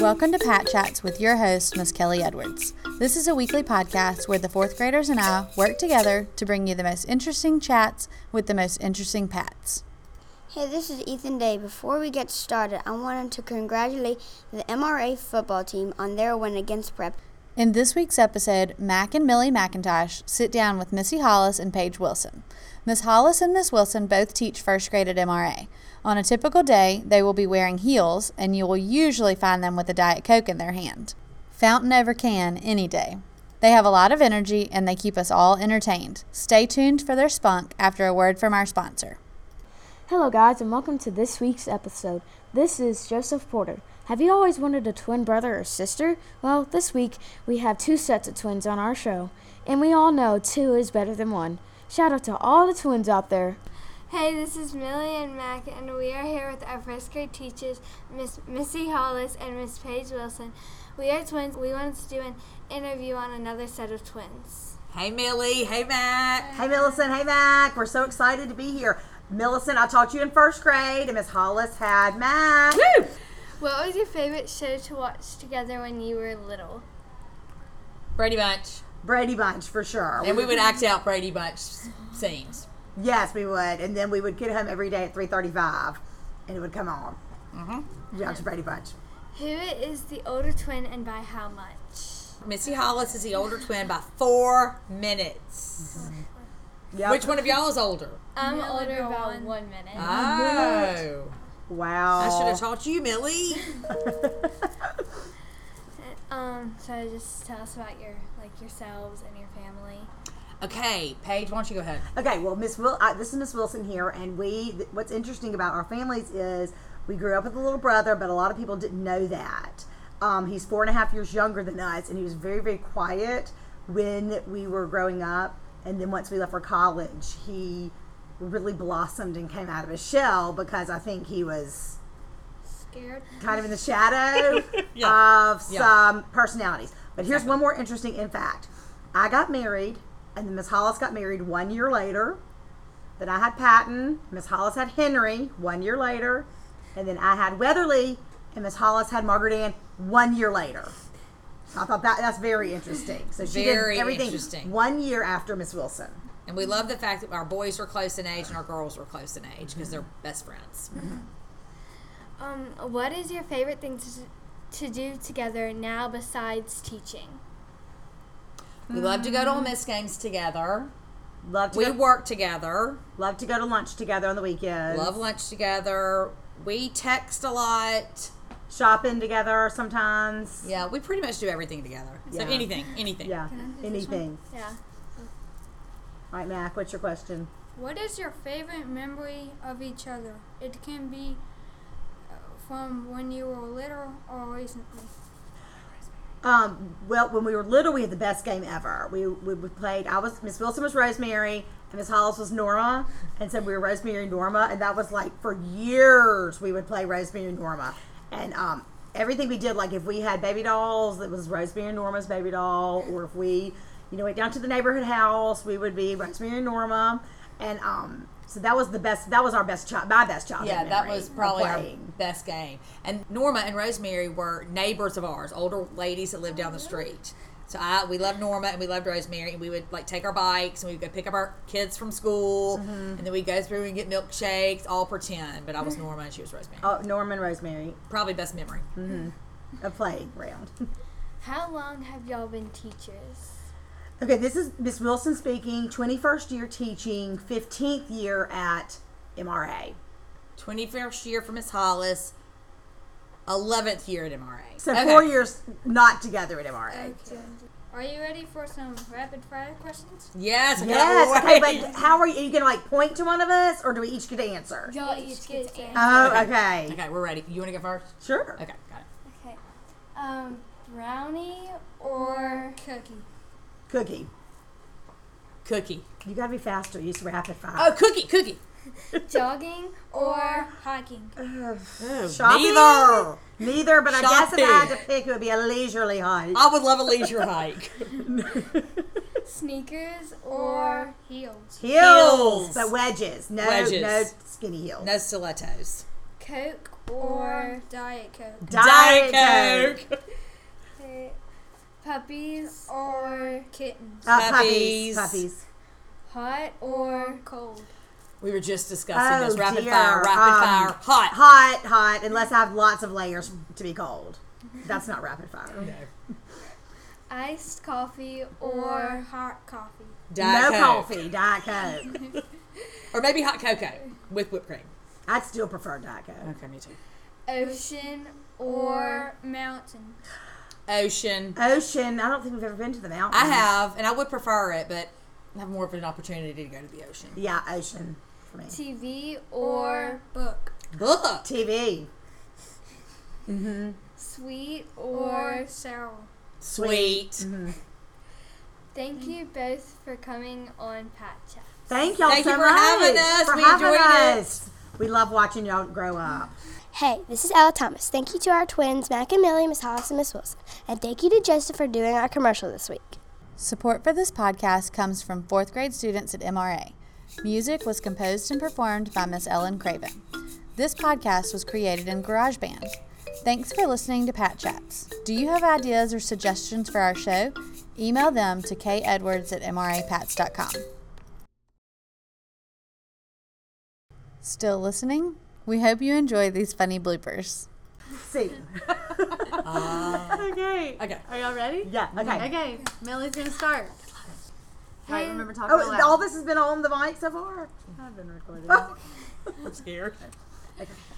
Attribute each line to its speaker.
Speaker 1: Welcome to Pat Chats with your host, Miss Kelly Edwards. This is a weekly podcast where the fourth graders and I work together to bring you the most interesting chats with the most interesting pats.
Speaker 2: Hey, this is Ethan Day. Before we get started, I wanted to congratulate the MRA football team on their win against Prep.
Speaker 1: In this week's episode, Mac and Millie McIntosh sit down with Missy Hollis and Paige Wilson. Miss Hollis and Miss Wilson both teach first grade at MRA. On a typical day, they will be wearing heels, and you will usually find them with a Diet Coke in their hand. Fountain over can any day. They have a lot of energy and they keep us all entertained. Stay tuned for their spunk after a word from our sponsor.
Speaker 3: Hello, guys, and welcome to this week's episode. This is Joseph Porter. Have you always wanted a twin brother or sister? Well, this week we have two sets of twins on our show, and we all know two is better than one. Shout out to all the twins out there.
Speaker 4: Hey, this is Millie and Mac, and we are here with our first grade teachers, Miss Missy Hollis and Miss Paige Wilson. We are twins. We wanted to do an interview on another set of twins.
Speaker 5: Hey Millie, hey Mac, hey Millicent, hey Mac. We're so excited to be here. Millicent, I taught you in first grade, and Miss Hollis had Mac.
Speaker 4: What was your favorite show to watch together when you were little?
Speaker 6: Brady Bunch.
Speaker 5: Brady Bunch for sure.
Speaker 6: And we would act out Brady Bunch scenes.
Speaker 5: yes, we would, and then we would get home every day at three thirty-five, and it would come on. Mm-hmm. Yeah, it's Brady Bunch.
Speaker 4: Who is the older twin and by how much?
Speaker 6: Missy Hollis is the older twin by four minutes.
Speaker 5: Yep.
Speaker 6: Which one of y'all is older?
Speaker 4: I'm older about one, minute.
Speaker 6: Oh.
Speaker 5: Wow.
Speaker 6: I should have taught you, Millie.
Speaker 4: Um, so just tell us about your like yourselves and your family.
Speaker 6: Okay, Paige, why don't you go ahead?
Speaker 5: Okay, well, Miss Will, uh, this is Miss Wilson here, and we. Th- what's interesting about our families is we grew up with a little brother, but a lot of people didn't know that. Um, he's four and a half years younger than us, and he was very, very quiet when we were growing up, and then once we left for college, he really blossomed and came out of his shell because I think he was
Speaker 4: Scared.
Speaker 5: kind of in the shadow
Speaker 6: Yeah.
Speaker 5: of
Speaker 6: Yeah.
Speaker 5: some personalities. But here's one more interesting in fact. I got married, and then Miss Hollis got married one year later. Then I had Patton. Miss Hollis had Henry one year later. And then I had Weatherly, and Miss Hollis had Margaret Ann one year later. So I thought that that's very interesting. So she
Speaker 6: Very
Speaker 5: did everything
Speaker 6: interesting.
Speaker 5: one year after Miss Wilson.
Speaker 6: And we love the fact that our boys were close in age and our girls were close in age because they're best friends.
Speaker 4: Um, what is your favorite thing to, to do together now besides teaching?
Speaker 6: We love to go to Ole Miss games together.
Speaker 5: Love to
Speaker 6: We
Speaker 5: go,
Speaker 6: work together.
Speaker 5: love to go to lunch together on the weekends.
Speaker 6: Love lunch together. We text a lot.
Speaker 5: shopping together sometimes.
Speaker 6: Yeah, we pretty much do everything together. So
Speaker 5: Yeah.
Speaker 6: anything, anything.
Speaker 5: Yeah, anything.
Speaker 4: Yeah.
Speaker 5: All right, Mac, what's your question?
Speaker 7: What is your favorite memory of each other? It can be uh, from when you were little or recently.
Speaker 5: Um, well, when we were little, we had the best game ever. We, we, we played. I was Miss Wilson was Rosemary, and Miss Hollis was Norma, and so we were Rosemary and Norma, and that was like for years we would play Rosemary and Norma, and um, everything we did, like if we had baby dolls, it was Rosemary and Norma's baby doll, or if we, you know, went down to the neighborhood house, we would be Rosemary and Norma, and um, so that was the best. That was our best child, my best childhood.
Speaker 6: Yeah, that
Speaker 5: memory
Speaker 6: was
Speaker 5: of
Speaker 6: probably our
Speaker 5: playing.
Speaker 6: best game. And Norma and Rosemary were neighbors of ours, older ladies that lived down the street. So I, we loved Norma and we loved Rosemary, and we would like take our bikes and we would go pick up our kids from school,
Speaker 5: Mm-hmm.
Speaker 6: and then we'd go through and get milkshakes, all pretend. But I was Norma and she was Rosemary.
Speaker 5: Oh, Norma and Rosemary,
Speaker 6: Probably best memory.
Speaker 5: Mm-hmm. a playing round.
Speaker 4: How long have y'all been teachers?
Speaker 5: Okay, this is Miss Wilson speaking. Twenty-first year teaching, fifteenth year at MRA.
Speaker 6: Twenty first year for Miss Hollis, eleventh year at MRA.
Speaker 5: So
Speaker 6: Okay.
Speaker 5: four years not together at MRA.
Speaker 7: Are you ready for some rapid fire questions?
Speaker 6: Yes. I
Speaker 5: Yes.
Speaker 6: cannot
Speaker 5: Okay,
Speaker 6: wait.
Speaker 5: but how are you, are you gonna like point to one of us, or do we each get to answer?
Speaker 4: Y'all each get an
Speaker 5: Oh, okay.
Speaker 6: okay, we're ready. You want to go first?
Speaker 5: Sure.
Speaker 6: Okay, got it.
Speaker 4: Okay. Um, brownie or
Speaker 7: Cookie.
Speaker 5: Cookie,
Speaker 6: Cookie.
Speaker 5: you gotta be faster. Use rapid fire.
Speaker 6: Oh, cookie, cookie.
Speaker 4: jogging or
Speaker 7: Hiking.
Speaker 6: Oh, Neither.
Speaker 5: Neither, but I guess if I had
Speaker 6: Shopping.
Speaker 5: to pick, it would be a leisurely hike.
Speaker 6: I would love a leisure hike.
Speaker 4: sneakers or
Speaker 7: Or heels.
Speaker 5: Heels,
Speaker 6: Heels.
Speaker 5: but wedges. No,
Speaker 6: Wedges.
Speaker 5: no skinny heels.
Speaker 6: No stilettos.
Speaker 4: Coke
Speaker 7: or
Speaker 4: or
Speaker 7: Diet Coke.
Speaker 6: Diet Coke.
Speaker 4: puppies
Speaker 7: Or kittens.
Speaker 5: Uh,
Speaker 6: Puppies.
Speaker 5: puppies. Puppies.
Speaker 4: hot
Speaker 7: Or
Speaker 4: or
Speaker 7: cold.
Speaker 6: We were just discussing
Speaker 5: Oh,
Speaker 6: this rapid
Speaker 5: dear.
Speaker 6: fire, rapid
Speaker 5: Um,
Speaker 6: fire, hot.
Speaker 5: Hot, hot, unless I have lots of layers to be cold. That's not rapid fire.
Speaker 4: iced coffee
Speaker 7: Or
Speaker 4: or
Speaker 7: hot coffee.
Speaker 6: Diet
Speaker 5: no
Speaker 6: Coke.
Speaker 5: coffee, Diet Coke.
Speaker 6: Or maybe hot cocoa with whipped cream.
Speaker 5: I'd still prefer Diet Coke.
Speaker 6: Okay, me too.
Speaker 4: ocean or
Speaker 7: Or mountain.
Speaker 6: Ocean.
Speaker 5: Ocean, I don't think we've ever been to the mountains.
Speaker 6: I have, and I would prefer it, but I have more of an opportunity to go to the ocean.
Speaker 5: Yeah, ocean for me.
Speaker 4: TV
Speaker 7: Or
Speaker 4: or
Speaker 7: book.
Speaker 6: Book.
Speaker 5: TV.
Speaker 4: sweet
Speaker 7: Or
Speaker 4: or
Speaker 7: sour.
Speaker 6: Sweet.
Speaker 7: Mm.
Speaker 4: thank you both for coming on Pat Chat.
Speaker 5: Thank y'all
Speaker 6: Thank
Speaker 5: so
Speaker 6: you for
Speaker 5: much
Speaker 6: having us.
Speaker 5: for
Speaker 6: We
Speaker 5: having
Speaker 6: enjoyed it.
Speaker 5: us. We love watching y'all grow up.
Speaker 2: Hey, this is Ella Thomas. Thank you to our twins, Mac and Millie, Miss Hollis, and Miss Wilson. And thank you to Joseph for doing our commercial this week.
Speaker 1: Support for this podcast comes from fourth grade students at MRA. Music was composed and performed by Miss Ellen Craven. This podcast was created in GarageBand. Thanks for listening to Pat Chats. Do you have ideas or suggestions for our show? Email them to kedwards at mrapats.com. Still listening? We hope you enjoy these funny bloopers.
Speaker 5: See.
Speaker 8: Okay.
Speaker 6: Okay.
Speaker 8: Are y'all ready?
Speaker 5: Yeah. Okay.
Speaker 8: Okay. Millie's gonna start. All right, remember talking
Speaker 5: Oh,
Speaker 8: out loud.
Speaker 5: all this has been on the mic so far. I've been recording.
Speaker 6: I'm scared.
Speaker 5: Okay.